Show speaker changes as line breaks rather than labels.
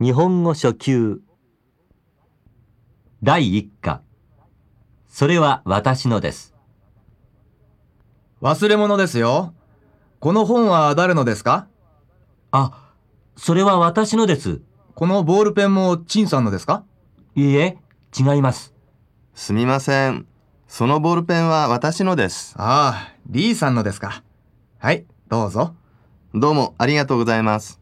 日本語初級。第1課。それは私のです。
忘れ物ですよ。この本は誰のですか
あ、それは私のです。
このボールペンも陳さんのですか
いいえ、違います。
すみません。そのボールペンは私のです。
ああ、リーさんのですか。はい、どうぞ。
どうもありがとうございます。